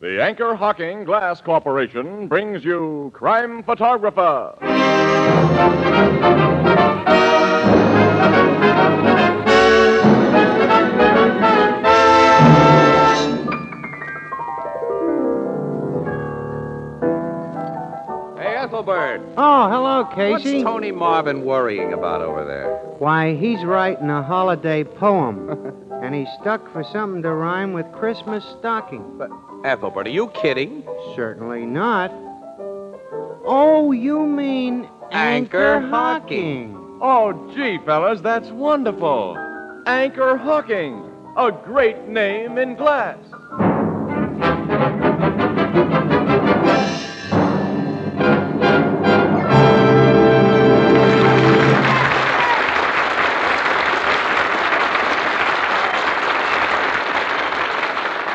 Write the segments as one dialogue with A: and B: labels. A: The Anchor Hocking Glass Corporation brings you Crime Photographer.
B: Hey, Ethelbert.
C: Oh, hello, Casey.
B: What's Tony Marvin worrying about over there?
C: Why, he's writing a holiday poem. and he's stuck for something to rhyme with Christmas stocking.
B: Ethelbert, are you kidding?
C: Certainly not. Oh, you mean
B: Anchor
C: anchor,
B: hocking.
C: hocking.
A: Oh, gee, fellas, that's wonderful. Anchor Hocking, a great name in glass.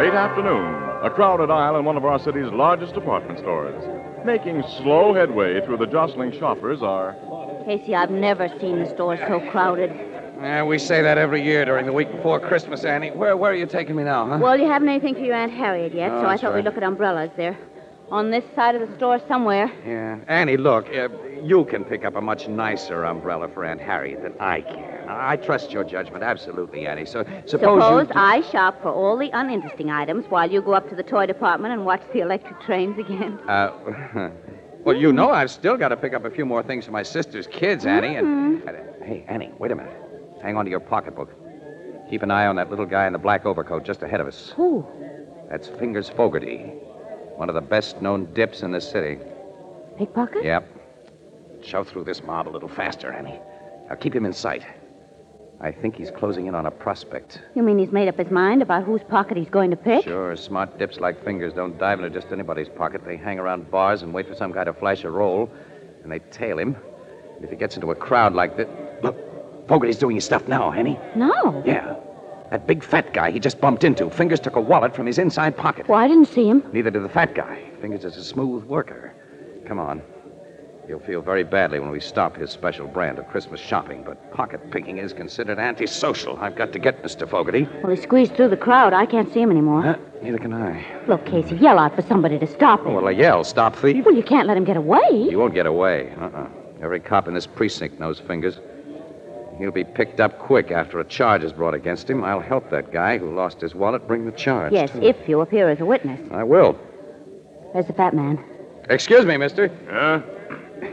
A: Late afternoon, a crowded aisle in one of our city's largest department stores. Making slow headway through the jostling shoppers are
D: Casey, I've never seen the store so crowded.
B: Yeah, we say that every year during the week before Christmas, Annie. Where, where are you taking me now, huh?
D: Well, you haven't anything for your Aunt Harriet yet,
B: Oh,
D: so I
B: that's
D: thought
B: right.
D: we'd look at umbrellas there. On this side of the store somewhere.
B: Yeah. Annie, look, uh, you can pick up a much nicer umbrella for Aunt Harriet than I can. I I trust your judgment absolutely, Annie. So suppose,
D: Suppose
B: you...
D: I shop for all the uninteresting items while you go up to the toy department and watch the electric trains again.
B: Uh, well, you know I've still got to pick up a few more things for my sister's kids, Annie. And, and, uh, hey, Annie, wait a minute. Hang on to your pocketbook. Keep an eye on that little guy in the black overcoat just ahead of us.
D: Who?
B: That's Fingers Fogarty, one of the best-known dips in the city.
D: Pickpocket?
B: Yep. Shove through this mob a little faster, Annie. Now keep him in sight. I think he's closing in on a prospect.
D: You mean he's made up his mind about whose pocket he's going to pick?
B: Sure, smart dips like fingers don't dive into just anybody's pocket. They hang around bars and wait for some guy to flash a roll, and they tail him. And if he gets into a crowd like this. Look, Fogarty's doing his stuff now, Annie.
D: No.
B: Yeah. That big fat guy he just bumped into. Fingers took a wallet from his inside pocket.
D: Well, I didn't see him.
B: Neither did the fat guy. Fingers is a smooth worker. Come on. He'll feel very badly when we stop his special brand of Christmas shopping, but pocket picking is considered antisocial. I've got to get Mr. Fogarty.
D: Well, he squeezed through the crowd. I can't see him anymore.
B: Huh? Neither can I. Oh.
D: Look, Casey, yell out for somebody to stop him.
B: Well, I yell, stop thief.
D: Well, you can't let him get away.
B: You won't get away. Uh-uh. Every cop in this precinct knows fingers. He'll be picked up quick after a charge is brought against him. I'll help that guy who lost his wallet bring the charge.
D: Yes,
B: too.
D: if you appear as a witness.
B: I will.
D: There's the fat man.
B: Excuse me, mister.
A: Huh?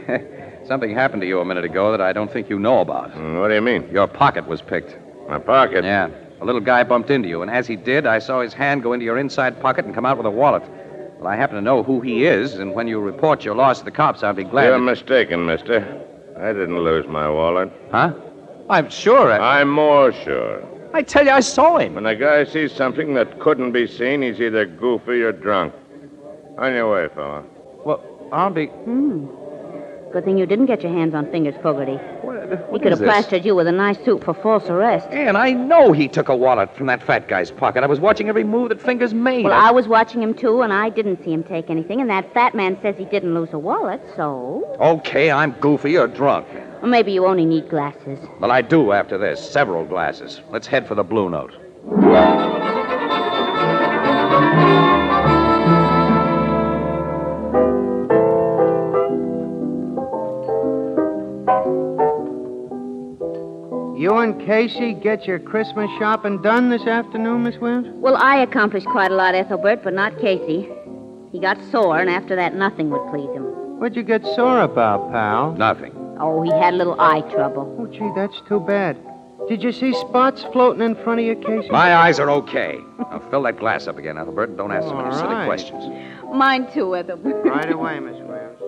B: Something happened to you a minute ago that I don't think you know about.
A: Mm, What do you mean?
B: Your pocket was picked.
A: My pocket.
B: Yeah. A little guy bumped into you, and as he did, I saw his hand go into your inside pocket and come out with a wallet. Well, I happen to know who he is, and when you report your loss to the cops, I'll be glad.
E: You're
B: to-
E: mistaken, mister. I didn't lose my wallet.
B: Huh? I'm sure. I...
E: I'm more sure.
B: I tell you, I saw him.
E: When a guy sees something that couldn't be seen, he's either goofy or drunk. On your way, fella.
B: Well, I'll be.
D: Hmm. Good thing you didn't get your hands on Fingers Fogarty.
B: What,
D: He could have plastered you with a nice suit for false arrest.
B: And I know he took a wallet from that fat guy's pocket. I was watching every move that Fingers made.
D: Well, I was watching him too, and I didn't see him take anything. And that fat man says he didn't lose a wallet, so
B: Okay, I'm goofy or drunk.
D: Or maybe you only need glasses.
B: Well, I do after this. Several glasses. Let's head for the Blue Note.
C: You and Casey get your Christmas shopping done this afternoon, Miss Williams?
D: Well, I accomplished quite a lot, Ethelbert, but not Casey. He got sore, and after that, nothing would please him.
C: What'd you get sore about, pal?
B: Nothing.
D: Oh, he had a little eye trouble.
C: Oh, gee, that's too bad. Did you see spots floating in front of you, Casey?
B: My eyes are okay. Now fill that glass up again, Ethelbert, and don't ask so many
C: All
B: silly
C: right.
B: questions.
D: Mine too, Ethelbert.
C: Right away, Miss Williams.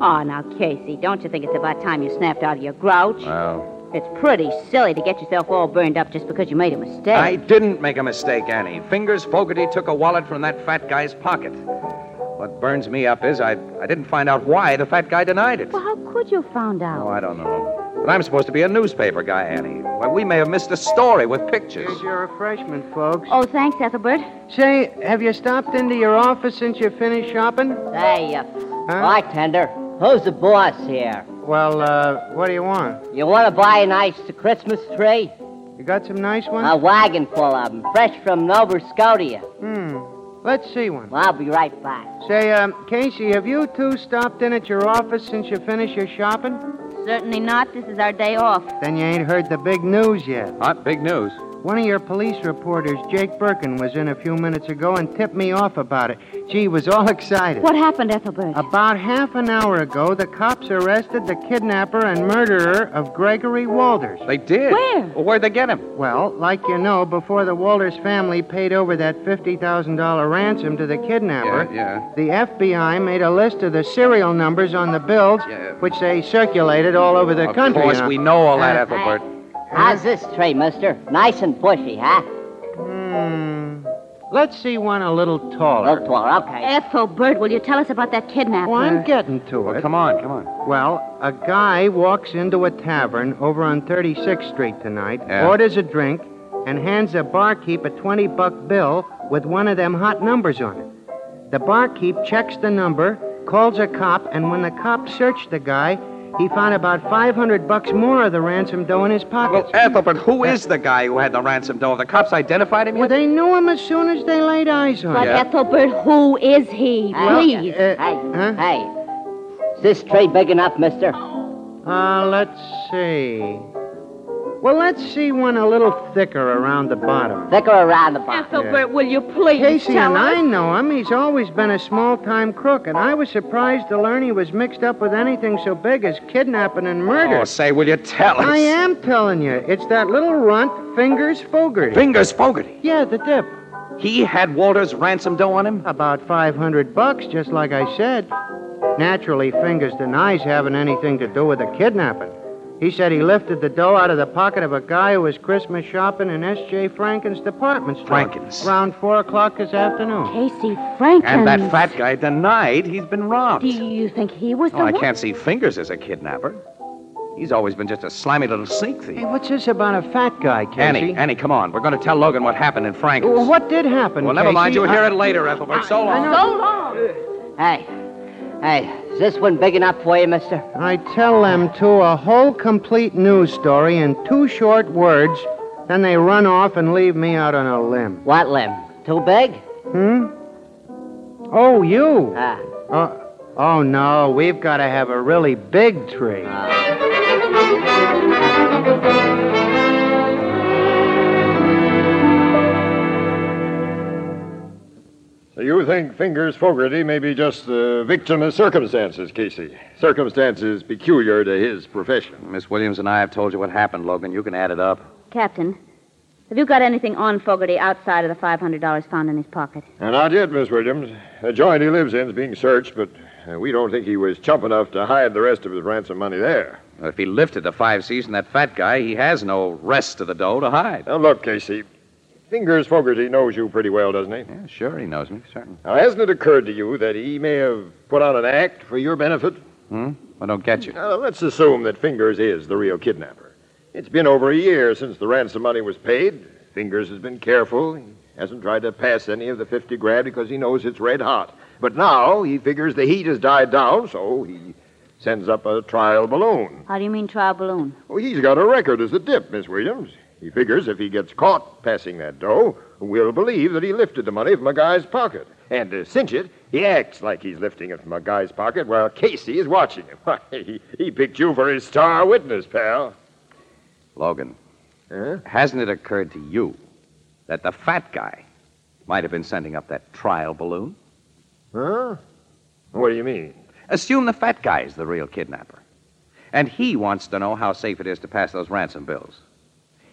D: Oh, now, Casey, don't you think it's about time you snapped out of your grouch?
B: Well,
D: It's pretty silly to get yourself all burned up just because you made a mistake.
B: I didn't make a mistake, Annie. Fingers Fogarty took a wallet from that fat guy's pocket. What burns me up is I, I didn't find out why the fat guy denied it.
D: Well, how could you have found
B: Oh,
D: out?
B: I don't know. But I'm supposed to be a newspaper guy, Annie. Well, we may have missed a story with pictures.
C: Here's your refreshment, folks.
D: Oh, thanks, Ethelbert.
C: Say, have you stopped into your office since you finished shopping?
F: Say, uh,
C: Huh?
F: bartender, who's the boss here?
C: Well, uh, what do you want?
F: You want to buy a nice Christmas tree?
C: You got some nice
F: A
C: ones?
F: wagon full of 'em, fresh from Nova Scotia.
C: Hmm. Let's see one.
F: Well, I'll be right back.
C: Say, um, Casey, have you two stopped in at your office since you finished your shopping?
D: Certainly not. This is our day off.
C: Then you ain't heard the big news yet.
B: Not big news.
C: One of your police reporters, Jake Birkin, was in a few minutes ago and tipped me off about it. Gee, he was all excited.
D: What happened, Ethelbert?
C: About half an hour ago, the cops arrested the kidnapper and murderer of Gregory Walters.
B: They did.
D: Where?
B: Well, where'd they get him?
C: Well, like you know, before the Walters family paid over that $50,000 ransom to the kidnapper,
B: yeah.
C: the FBI made a list of the serial numbers on the bills,
B: Yeah.
C: which they circulated all over the
B: of
C: country.
B: course,
C: you know.
B: we know all that,
C: Uh,
B: Ethelbert.
F: How's this tree, mister? Nice and bushy, huh?
C: Hmm. Let's see one a little
F: Look
C: taller.
F: toward, okay.
D: Ethelbert, will you tell us about that kidnapper?
C: Well, I'm getting to
B: Well,
C: it.
B: come on, come on.
C: Well, a guy walks into a tavern over on 36th Street tonight,
B: Yeah.
C: orders a drink, and hands the barkeep a 20 buck bill with one of them hot numbers on it. The barkeep checks the number, calls a cop, and when the cop searched the guy, he found about 500 bucks more of the ransom dough in his pockets.
B: Well, Ethelbert, who is the guy who had the ransom dough? The cops identified him
C: Well,
B: yet?
C: they knew him as soon as they laid eyes on
D: But
C: him.
B: Yeah.
D: Ethelbert, who is he?
F: Hey,
D: Please.
C: uh,
F: hey,
C: huh?
F: hey. Is this tree big enough, mister?
C: Uh, let's see. Well, let's see one a little thicker around the bottom.
F: Thicker around the bottom.
D: Ethelbert, will you please
C: Casey
D: tell
C: and
D: us?
C: I know him. He's always been a small time crook, and I was surprised to learn he was mixed up with anything so big as kidnapping and murder.
B: Oh, say, will you tell us? Oh,
C: I am telling you, it's that little runt, Fingers Fogarty.
B: Fingers Fogarty.
C: yeah, the dip.
B: He had Walter's ransom dough on him?
C: About 500 bucks, just like I said. Naturally, Fingers denies having anything to do with the kidnapping. He said he lifted the dough out of the pocket of a guy who was Christmas shopping in S.J. Franken's department store.
B: Franken's.
C: Around 4 o'clock this afternoon.
D: Casey Franklin.
B: And that fat guy denied he's been robbed.
D: Do you think he was
B: Oh,
D: the
B: I
D: one?
B: can't see fingers as a kidnapper. He's always been just a slimy little sneak thief.
C: Hey, what's this about a fat guy, Casey?
B: Annie, Annie, come on. We're going to tell Logan what happened in Franklin's.
C: Well, what did happen?
B: Well, never
C: Casey?
B: mind. You'll hear
C: I-
B: it later, Ethelbert. So long.
F: Hey, hey, is this one big enough for you, mister?
C: I tell them two a whole complete news story in two short words, then they run off and leave me out on a limb.
F: What limb? Too big?
C: Hmm? Oh, you?
F: Ah.
C: Uh, oh, no. We've got to have a really big tree.
F: Ah.
E: So you think Fingers Fogarty may be just the victim of circumstances, Casey? Circumstances peculiar to his profession.
B: Miss Williams and I have told you what happened, Logan. You can add it up.
D: Captain, have you got anything on Fogarty outside of the $500 found in his pocket?
E: And not yet, Miss Williams. The joint he lives in is being searched, but uh, we don't think he was chump enough to hide the rest of his ransom money there.
B: If he lifted the five C's and that fat guy, he has no rest of the dough to hide.
E: Now, look, Casey. Fingers Fogarty knows you pretty well, doesn't he?
B: Yeah, sure, he knows me, certain.
E: Now, hasn't it occurred to you that he may have put on an act for your benefit?
B: Hmm? I don't get you.
E: Now, let's assume that Fingers is the real kidnapper. It's been over a year since the ransom money was paid. Fingers has been careful. He hasn't tried to pass any of the 50 grand because he knows it's red hot. But now he figures the heat has died down, so he sends up a trial balloon.
D: How do you mean trial balloon?
E: Well, Oh, he's got a record as a dip, Miss Williams. He figures if he gets caught passing that dough, we'll believe that he lifted the money from a guy's pocket. And to cinch it, he acts like he's lifting it from a guy's pocket while Casey is watching him. Why, he, he picked you for his star witness, pal.
B: Logan,
E: Huh?
B: hasn't it occurred to you that the fat guy might have been sending up that trial balloon?
E: Huh? What do you mean?
B: Assume the fat guy is the real kidnapper. And he wants to know how safe it is to pass those ransom bills.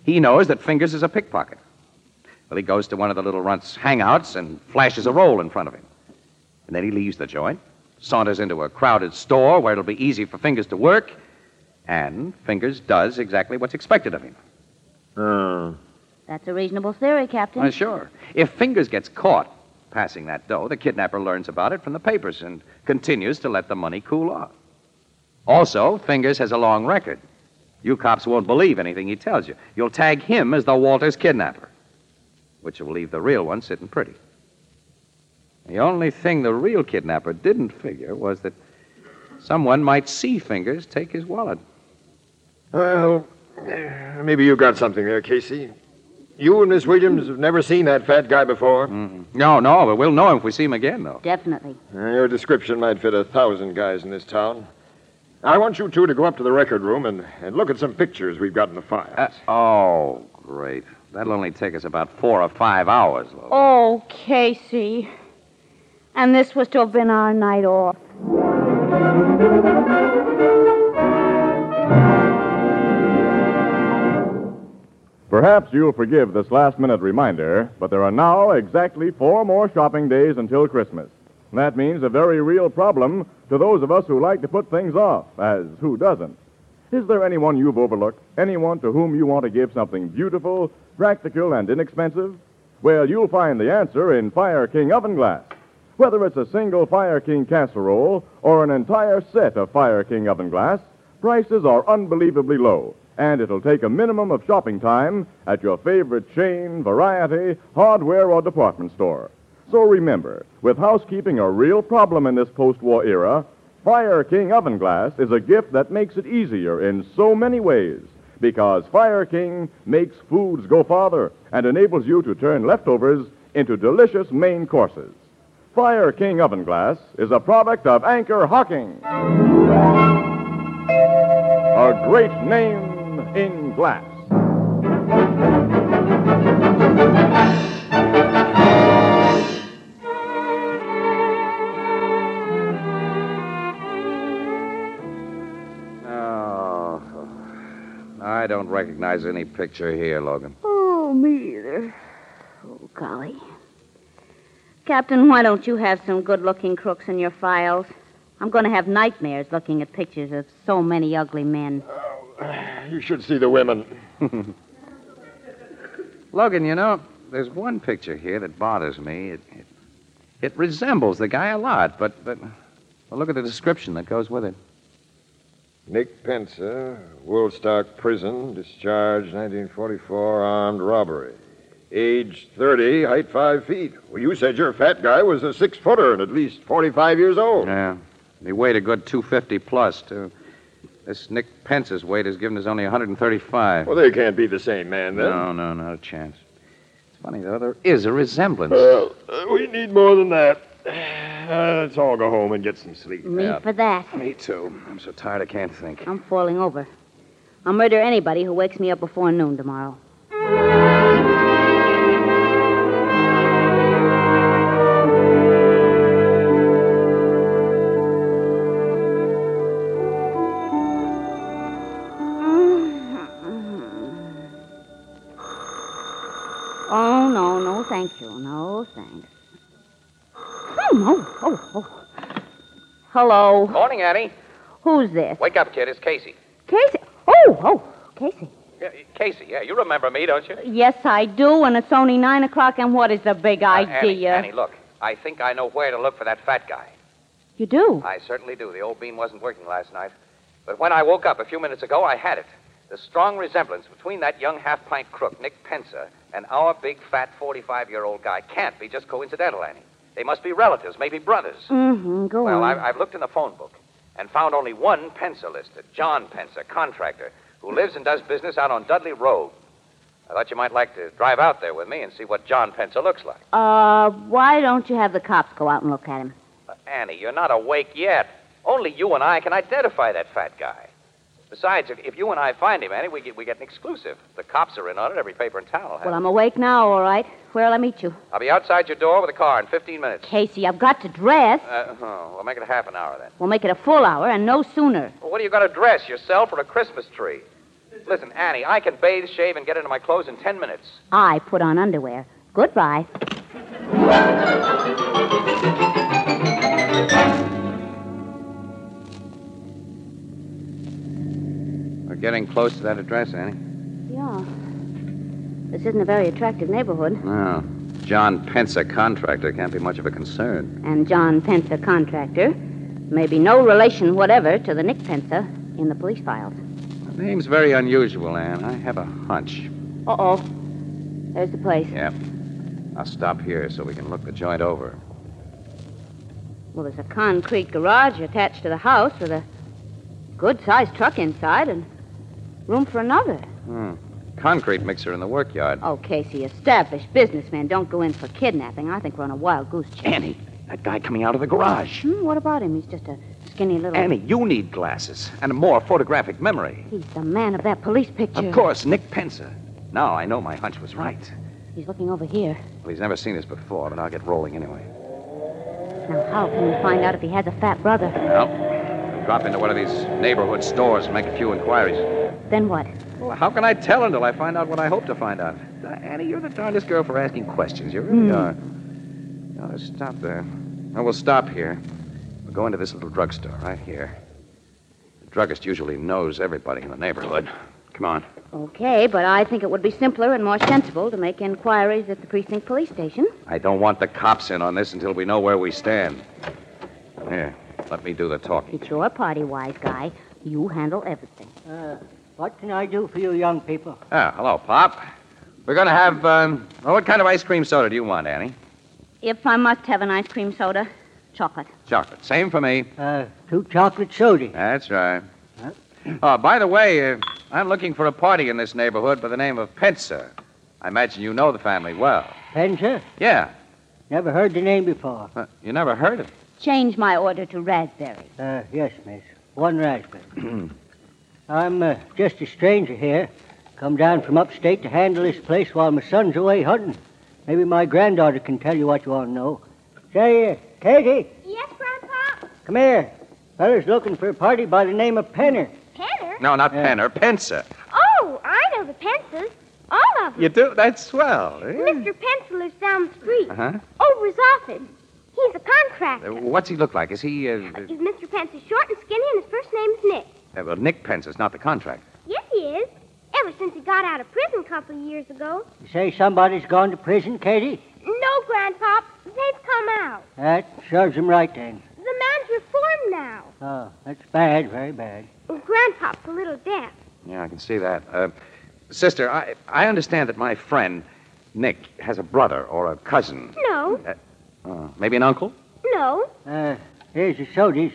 B: He knows that Fingers is a pickpocket. Well, he goes to one of the little runt's hangouts and flashes a roll in front of him. And then he leaves the joint, saunters into a crowded store where it'll be easy for Fingers to work, And Fingers does exactly what's expected of him.
E: Oh.
D: That's a reasonable theory, Captain.
B: Why, sure. If Fingers gets caught passing that dough, the kidnapper learns about it from the papers and continues to let the money cool off. Also, Fingers has a long record. You cops won't believe anything he tells you. You'll tag him as the Walters kidnapper, which will leave the real one sitting pretty. The only thing the real kidnapper didn't figure was that someone might see Fingers take his wallet.
E: Well, eh, maybe you got something there, Casey. You and Miss Williams have never seen that fat guy before.
B: Mm-hmm. No, no, but we'll know him if we see him again, though.
D: Definitely.
E: Uh, Your description might fit a thousand guys in this town. I want you two to go up to the record room and, and look at some pictures we've got in the file.
B: Uh, oh, great. That'll only take us about four or five hours, Logan.
G: Oh, Casey. And this was to have been our night off.
A: Perhaps you'll forgive this last minute reminder, but there are now exactly four more shopping days until Christmas. That means a very real problem to those of us who like to put things off, as who doesn't? Is there anyone you've overlooked? Anyone to whom you want to give something beautiful, practical, and inexpensive? Well, you'll find the answer in Fire King Oven Glass. Whether it's a single Fire King casserole or an entire set of Fire King oven glass, prices are unbelievably low, and it'll take a minimum of shopping time at your favorite chain, variety, hardware, or department store. So remember, with housekeeping a real problem in this post war era, Fire King oven glass is a gift that makes it easier in so many ways because Fire King makes foods go farther and enables you to turn leftovers into delicious main courses. Fire King Oven Glass is a product of Anchor Hocking. A great name in glass.
B: Oh, I don't recognize any picture here, Logan.
D: Oh, me either. Oh, golly. Captain, why don't you have some good looking crooks in your files? I'm going to have nightmares looking at pictures of so many ugly men.
E: You should see the women.
B: Logan, you know, there's one picture here that bothers me. It, it, it resembles the guy a lot, but, but well, look at the description that goes with it.
E: Nick Pensa, Woolstock Prison, discharged 1944, armed robbery. Age 30, height 5 feet. Well, you said your fat guy was a six footer and at least 45 years old.
B: Yeah. He weighed a good 250 plus, too. This Nick Pence's weight is given us only 135.
E: Well, they can't be the same man then.
B: no, no, not a chance. It's funny, though, there is a resemblance.
E: Well, uh, we need more than that. Uh, let's all go home and get some sleep.
D: Me for that.
B: Me, too. I'm so tired I can't think.
D: I'm falling over. I'll murder anybody who wakes me up before noon tomorrow. Oh, no, no, thank you. No, thanks. Oh, oh, oh. Hello.
B: Morning, Annie.
D: Who's this?
B: Wake up, kid. It's Casey.
D: Casey. Oh, oh, Casey.
B: Yeah, Casey, yeah, you remember me, don't you?
D: Yes, I do, and it's only nine o'clock, and what is the big
B: Uh, Annie,
D: idea?
B: Annie, look. I think I know where to look for that fat guy.
D: You do?
B: I certainly do. The old bean wasn't working last night. But when I woke up a few minutes ago, I had it. The strong resemblance between that young half pint crook, Nick Pensa, and our big, fat 45 year old guy can't be just coincidental, Annie. They must be relatives, maybe brothers.
D: Mm-hmm, go
B: Well,
D: on.
B: I've, I've looked in the phone book and found only one Pensa listed John Pensa, contractor, who lives and does business out on Dudley Road. I thought you might like to drive out there with me and see what John Pensa looks like.
D: Uh, why don't you have the cops go out and look at him?
B: But Annie, you're not awake yet. Only you and I can identify that fat guy. Besides, if, if you and I find him, Annie, we get, we get an exclusive. The cops are in on it. Every paper in town will have
D: Well,
B: it.
D: I'm awake now, all right. Where'll I meet you?
B: I'll be outside your door with a car in 15 minutes.
D: Casey, I've got to dress.
B: Uh, oh, we'll make it a half an hour then.
D: We'll make it a full hour, and no sooner.
B: Well, what are you going to dress, yourself or a Christmas tree? Listen, Annie, I can bathe, shave, and get into my clothes in 10 minutes.
D: I put on underwear. Goodbye.
B: Getting close to that address, Annie.
D: Yeah. This isn't a very attractive neighborhood.
B: No. John Pence, a contractor, can't be much of a concern.
D: And John Pence, a contractor, may be no relation whatever to the Nick Pensa in the police files.
B: The name's very unusual, Anne. I have a hunch.
D: Uh oh. There's the place.
B: Yep. I'll stop here so we can look the joint over.
D: Well, there's a concrete garage attached to the house with a good sized truck inside and room for another.
B: Hmm. Concrete mixer in the work yard.
D: Oh, Casey, established businessmen don't go in for kidnapping. I think we're on a wild goose chase.
B: Annie, that guy coming out of the garage.
D: Hmm, what about him? He's just a skinny little.
B: Annie, you need glasses and a more photographic memory.
D: He's the man of that police picture.
B: Of course, Nick Penser. Now I know my hunch was right.
D: He's looking over here.
B: Well, he's never seen us before, but I'll get rolling anyway.
D: Now, how can we find out if he has a fat brother?
B: Well, I'll drop into one of these neighborhood stores and make a few inquiries.
D: Then what?
B: Well, how can I tell until I find out what I hope to find out? Uh, Annie, you're the darndest girl for asking questions. You really are. You ought to stop there. I will stop here. We'll go into this little drugstore right here. The druggist usually knows everybody in the neighborhood. Come on.
D: Okay, but I think it would be simpler and more sensible to make inquiries at the precinct police station.
B: I don't want the cops in on this until we know where we stand. Here, let me do the talking.
D: It's your party, wise guy. You handle everything.
F: Uh, what can I do for you young people?
B: Ah, hello, Pop. We're going to have, um, well, what kind of ice cream soda do you want, Annie?
D: If I must have an ice cream soda, chocolate.
B: Chocolate. Same for me.
F: Uh, two chocolate sodas.
B: That's right. Oh, by the way, uh, I'm looking for a party in this neighborhood by the name of Penser. I imagine you know the family well.
F: Penser?
B: Yeah.
F: Never heard the name before.
B: Uh, you never heard of
D: Change my order to raspberry.
F: Uh, yes, miss. One raspberry.
B: Hmm.
F: I'm uh, just a stranger here. Come down from upstate to handle this place while my son's away hunting. Maybe my granddaughter can tell you what you want to know. Say, uh, Katie,
G: Yes, Grandpa?
F: come here. Fella's looking for a party by the name of Penner.
G: Penner?
B: No, not
F: Yeah.
B: Penner, Penser.
G: Oh, I know the Pences. All of them.
B: You do? That's swell. eh? Yeah.
G: Mr. Pencil is down the street,
B: Uh-huh.
G: over his office. He's a contractor.
B: Uh, What's he look like? Is he, uh, uh,
G: Is Mr. Pencil short and skinny, and his first name is Nick.
B: uh, well, Nick Penser's not the contract.
G: Yes, he is. Ever since he got out of prison a couple of years ago.
F: You say somebody's gone to prison, Katie?
G: No, Grandpa, they've come out.
F: That serves him right then.
G: The man's reformed now. Oh,
F: Oh, that's bad, very bad.
G: Grandpa's a little deaf.
B: Yeah, I can see that. Uh, sister, I, I understand that my friend, Nick, has a brother or a cousin.
G: No,
B: Uh, maybe an uncle?
G: no.
F: Uh, here's the sodas.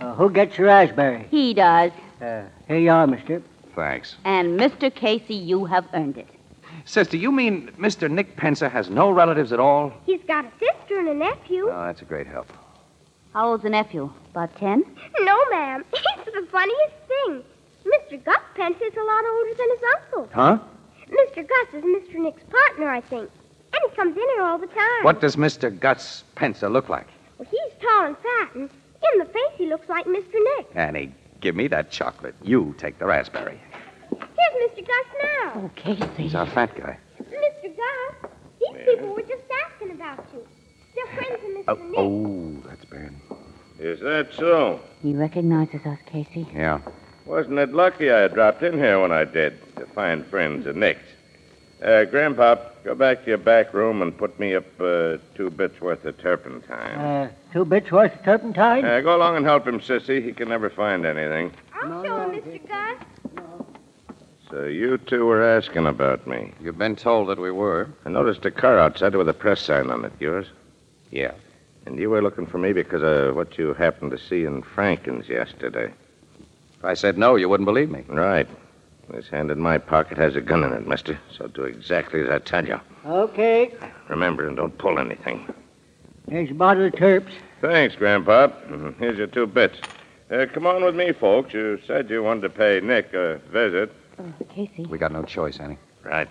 F: Uh, who gets the raspberry?
D: He does.
F: Uh, here you are, mister.
B: Thanks.
D: And Mr. Casey, you have earned it.
B: Sister, you mean Mr. Nick Penser has no relatives at all?
G: He's got a sister and a nephew.
B: Oh, that's a great help.
D: How old's the nephew? About ten?
G: No, ma'am. It's the funniest thing. Mr. Gus Pence is a lot older than his uncle.
B: Huh?
G: Mr. Gus is Mr. Nick's partner, I think. And he comes in here all the time.
B: What does Mr. Guts Penser look like?
G: Well, he's tall and fat, and in the face he looks like Mr. Nick.
B: Annie, give me that chocolate. You take the raspberry.
G: Here's Mr. Gus now.
D: Oh, Casey.
B: He's our fat guy.
G: Mr. Gus, these people were just asking about you. They're friends of
B: Oh,
G: Mr. Nick.
B: oh, that's bad.
H: Is that so?
D: He recognizes us, Casey.
B: Yeah.
H: Wasn't it lucky I dropped in here when I did to find friends of Nick's? Uh, Grandpop, go back to your back room and put me up uh, two bits worth of turpentine.
F: Uh, two bits worth of turpentine?
H: Uh, go along and help him, sissy. He can never find anything.
G: I'll show him, Mr. Gus.
H: So Uh, you two were asking about me.
B: You've been told that we were.
H: I noticed a car outside with a press sign on it. Yours?
B: Yeah.
H: And you were looking for me because of what you happened to see in Franken's yesterday.
B: If I said no, you wouldn't believe me.
H: Right. This hand in my pocket has a gun in it, mister. So do exactly as I tell you.
F: Okay.
H: Remember, and don't pull anything.
F: Here's a bottle of turps.
H: Thanks, Grandpop. Mhm. Here's your two bits. Uh, come on with me, folks. You said you wanted to pay Nick a visit.
D: Oh, Casey.
B: We got no choice, Annie.
H: Right.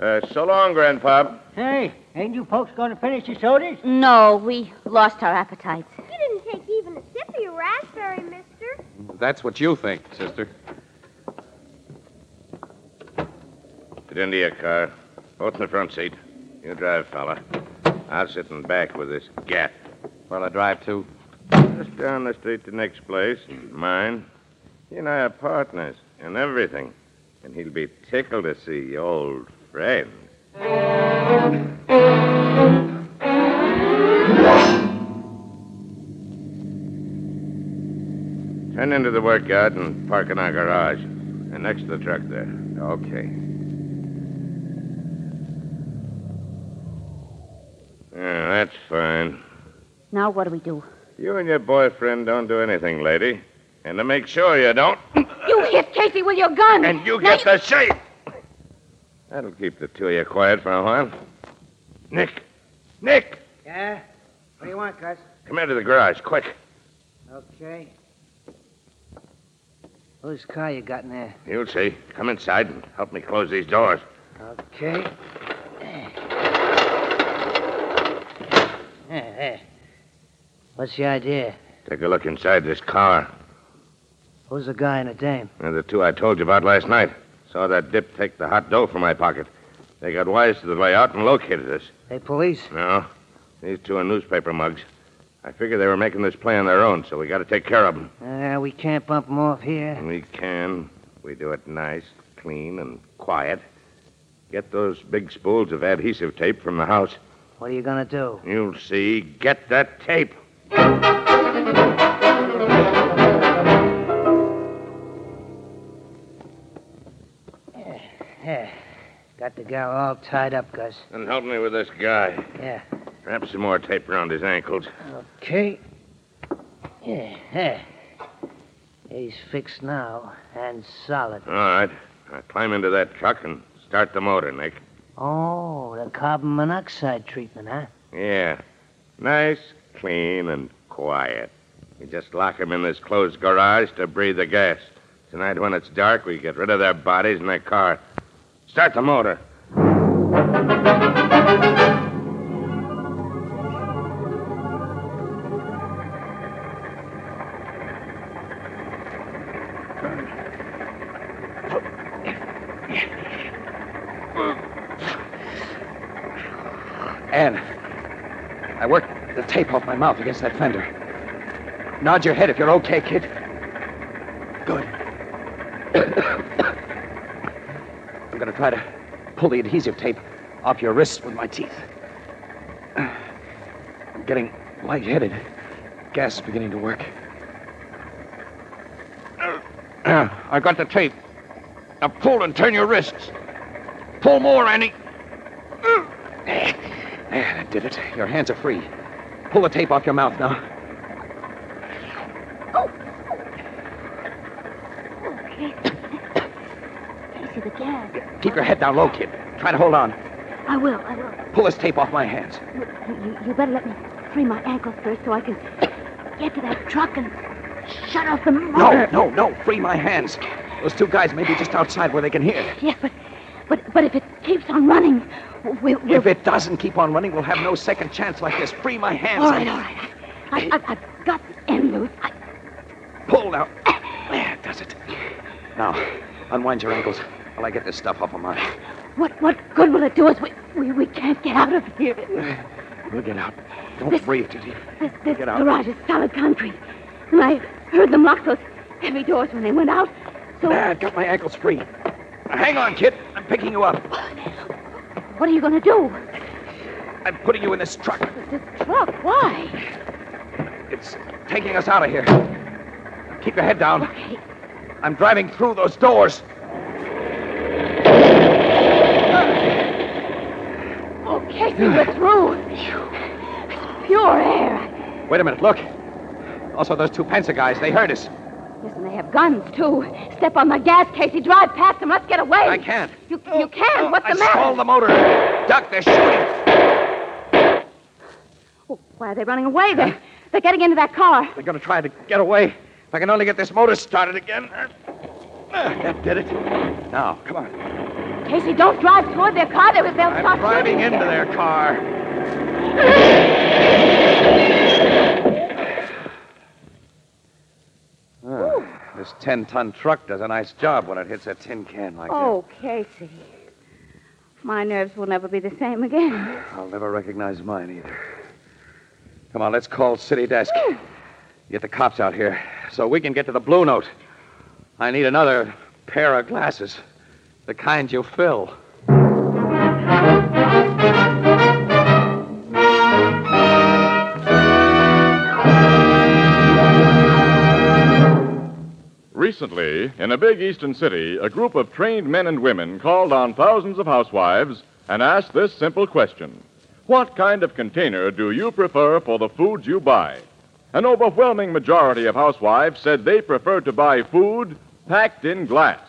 H: Uh, so long, Grandpop.
F: Hey, ain't you folks going to finish your sodas?
D: No, we lost our appetites.
G: You didn't take even a sip of your raspberry, mister.
B: That's what you think, sister.
H: Get into your car. Both in the front seat. You drive, fella. I'll sit in back with this gat.
B: Well, I drive too.
H: Just down the street to Nick's place. Mine. He and I are partners. and everything. And he'll be tickled to see your old friend. Turn into the workyard and park in our garage. And next to the truck there. Okay. Yeah, that's fine.
D: Now what do we do?
H: You and your boyfriend don't do anything, lady. And to make sure you don't,
D: You hit Casey with your gun.
H: and you get the shape. That'll keep the two of you quiet for a while. Nick! Nick!
I: Yeah? What do you want, Gus?
H: Come into the garage, quick.
I: Okay. Whose car you got in there?
H: You'll see. Come inside and help me close these doors.
I: Okay. Eh, Hey, hey. eh, What's the idea?
H: Take a look inside this car.
I: Who's the guy and the dame?
H: They're the two I told you about last night. Saw that dip take the hot dough from my pocket. They got wise to the layout and located us.
I: Hey, police.
H: No, these two are newspaper mugs. I figure they were making this play on their own, so we got to take care of them.
I: Uh, we can't bump them off here.
H: We can. We do it nice, clean, and quiet. Get those big spools of adhesive tape from the house.
I: What are you gonna do?
H: You'll see. Get that tape.
I: Yeah. Eh, Got the gal all tied up, Gus.
H: And help me with this guy.
I: Yeah.
H: Wrap some more tape around his ankles.
I: Okay. Yeah, yeah. He's fixed now and solid.
H: All right. Now climb into that truck and start the motor, Nick.
I: Oh, the carbon monoxide treatment, huh?
H: Yeah. Nice, clean, and quiet. We just lock 'em in this closed garage to breathe the gas. Tonight, when it's dark, we get rid of their bodies and their car. Start the motor.
J: Ann, I worked the tape off my mouth against that fender. Nod your head if you're okay, kid. Good. I'm going to try to pull the adhesive tape off your wrists with my teeth. I'm getting lightheaded. Gas is beginning to work.
H: I got the tape. Now pull and turn your wrists. Pull more, Annie.
J: There, that did it. Your hands are free. Pull the tape off your mouth now.
K: Okay. Casey, the gas.
J: Keep your head down low, kid. Try to hold on.
K: I will, I will.
J: Pull this tape off my hands.
K: You, you, you better let me free my ankles first so I can get to that truck and shut off the
J: No,
K: motor.
J: no, no. Free my hands. Those two guys may be just outside where they can hear.
K: Yeah, but, but, but if it keeps on running, we'll... we'll...
J: If it doesn't keep on running, we'll have no second chance like this. Free my hands.
K: All right, all right. I, I, I've got the end loose. I,
J: Pull now. There, does it. Now, unwind your ankles while I get this stuff off of mine.
K: what, what good will it do us? We, we, we can't get out of here.
J: We'll get out. Don't breathe, Judy.
K: This, this
J: Get out.
K: garage is solid concrete. And I heard them lock those heavy doors when they went out. So
J: There, I've got my ankles free. Now, hang on, kid. I'm picking you up.
K: what are you going to do?
J: I'm putting you in this truck.
K: This truck, why?
J: It's taking us out of here. Keep your head down. I'm driving through those doors.
K: Oh, Casey, we're through. It's pure air.
J: Wait a minute, look. Also, those two Panzer guys, they heard us.
K: Listen, they have guns, too. Step on the gas, Casey. Drive past them. Let's get away.
J: I can't.
K: You, you can. What's
J: I
K: the matter?
J: stalled the motor. Duck, they're shooting.
K: Oh, why are they running away? They're, they're getting into that car.
J: They're going to try to get away. If I can only get this motor started again. Uh, That did it. Now, come on.
K: Casey, don't drive toward their car. They'll, they'll
J: I'm
K: start
J: driving
K: shooting.
J: into their car. Ah, this 10 ton truck does a nice job when it hits a tin can like
D: Oh, Casey. My nerves will never be the same again.
J: that. I'll never recognize mine either. Come on, let's call City Desk. Get the cops out here so we can get to the Blue Note. I need another
B: pair of glasses. The kind you fill.
A: Recently, in a big eastern city, a group of trained men and women called on thousands of housewives and asked this simple question What kind of container do you prefer for the foods you buy? An overwhelming majority of housewives said they preferred to buy food packed in glass.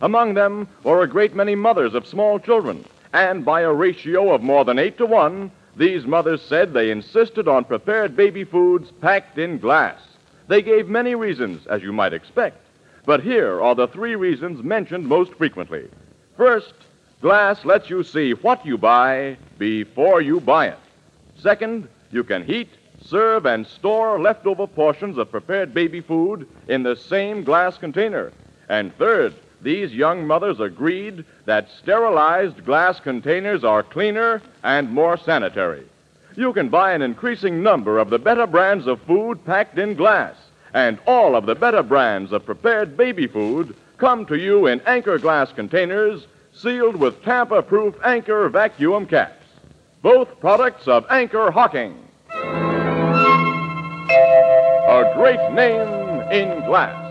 A: Among them were a great many mothers of small children, and by a ratio of more than eight to one, these mothers said they insisted on prepared baby foods packed in glass. They gave many reasons, as you might expect. But here are the three reasons mentioned most frequently. First, glass lets you see what you buy before you buy it. Second, you can heat, serve, and store leftover portions of prepared baby food in the same glass container. And third, these young mothers agreed that sterilized glass containers are cleaner and more sanitary. You can buy an increasing number of the better brands of food packed in glass, and all of the better brands of prepared baby food come to you in anchor glass containers sealed with tamper proof anchor vacuum caps. Both products of Anchor Hawking. A great name in glass.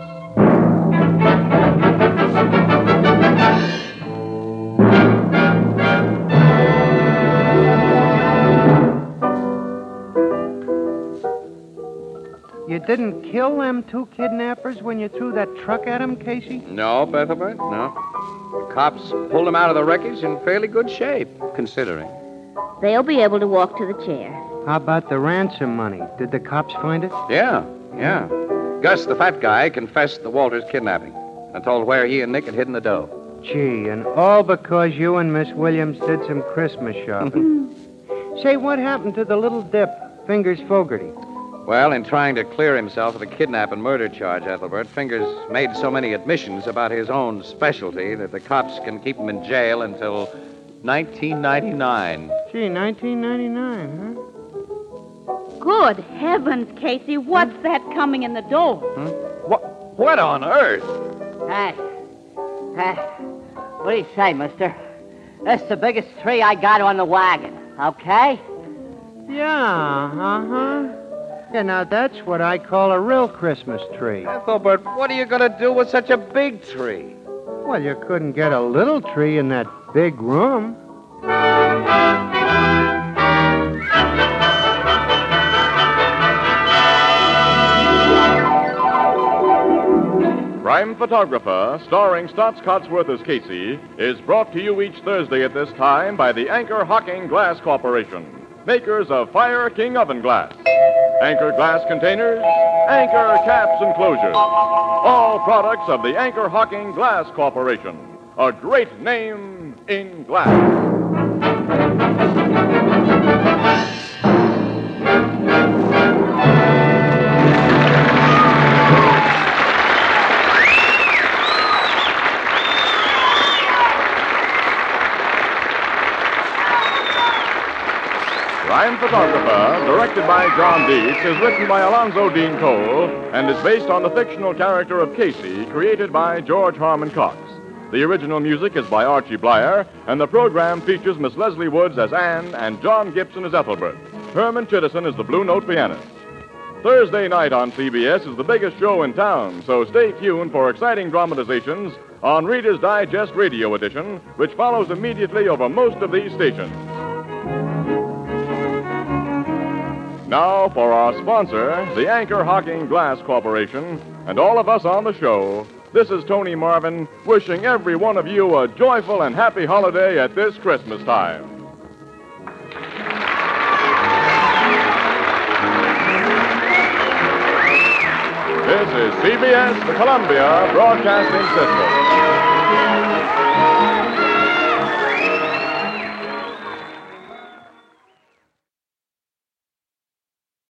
C: You didn't kill them two kidnappers when you threw that truck at them, Casey?
B: No, Bethelbert, no. The cops pulled him out of the wreckage in fairly good shape, considering.
D: They'll be able to walk to the chair.
C: How about the ransom money? Did the cops find it?
B: Yeah, yeah. Gus, the fat guy, confessed the Walters kidnapping and told where he and Nick had hidden the dough.
C: Gee, and all because you and Miss Williams did some Christmas shopping. Say, what happened to the little dip, Fingers Fogarty?
B: Well, in trying to clear himself of the kidnap and murder charge, Ethelbert, Fingers made so many admissions about his own specialty that the cops can keep him in jail until 1999.
C: Gee, 1999, huh?
D: Good heavens, Casey, what's that coming in the door?
B: What, what on earth?
L: Ah, ah, what do you say, mister? That's the biggest tree I got on the wagon, okay?
C: Yeah, uh huh. Yeah, now that's what I call a real Christmas tree.
B: Ethelbert, what are you going to do with such a big tree?
C: Well, you couldn't get a little tree in that big room.
A: Crime Photographer, starring Stotts Cotsworth as Casey, is brought to you each Thursday at this time by the Anchor Hocking Glass Corporation, makers of Fire King Oven Glass, Anchor Glass Containers, Anchor Caps and Closures. All products of the Anchor Hocking Glass Corporation, a great name in glass. Crime Photographer, directed by John Dietz, is written by Alonzo Dean Cole and is based on the fictional character of Casey, created by George Harmon Cox. The original music is by Archie Blyer, and the program features Miss Leslie Woods as Anne and John Gibson as Ethelbert. Herman Chittison is the Blue Note pianist. Thursday night on CBS is the biggest show in town, so stay tuned for exciting dramatizations on Reader's Digest Radio Edition, which follows immediately over most of these stations. Now for our sponsor, the Anchor Hocking Glass Corporation, and all of us on the show. This is Tony Marvin wishing every one of you a joyful and happy holiday at this Christmas time. This is CBS, the Columbia Broadcasting System.